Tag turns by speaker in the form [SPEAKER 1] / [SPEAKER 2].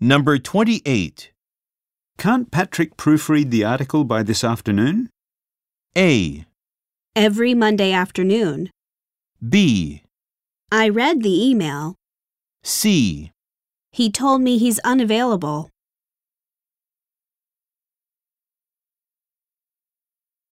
[SPEAKER 1] Number 28.
[SPEAKER 2] Can't Patrick proofread the article by this afternoon?
[SPEAKER 1] A.
[SPEAKER 3] every Monday afternoon.
[SPEAKER 1] B.
[SPEAKER 3] I read the email.
[SPEAKER 1] C.
[SPEAKER 3] He told me he's unavailable.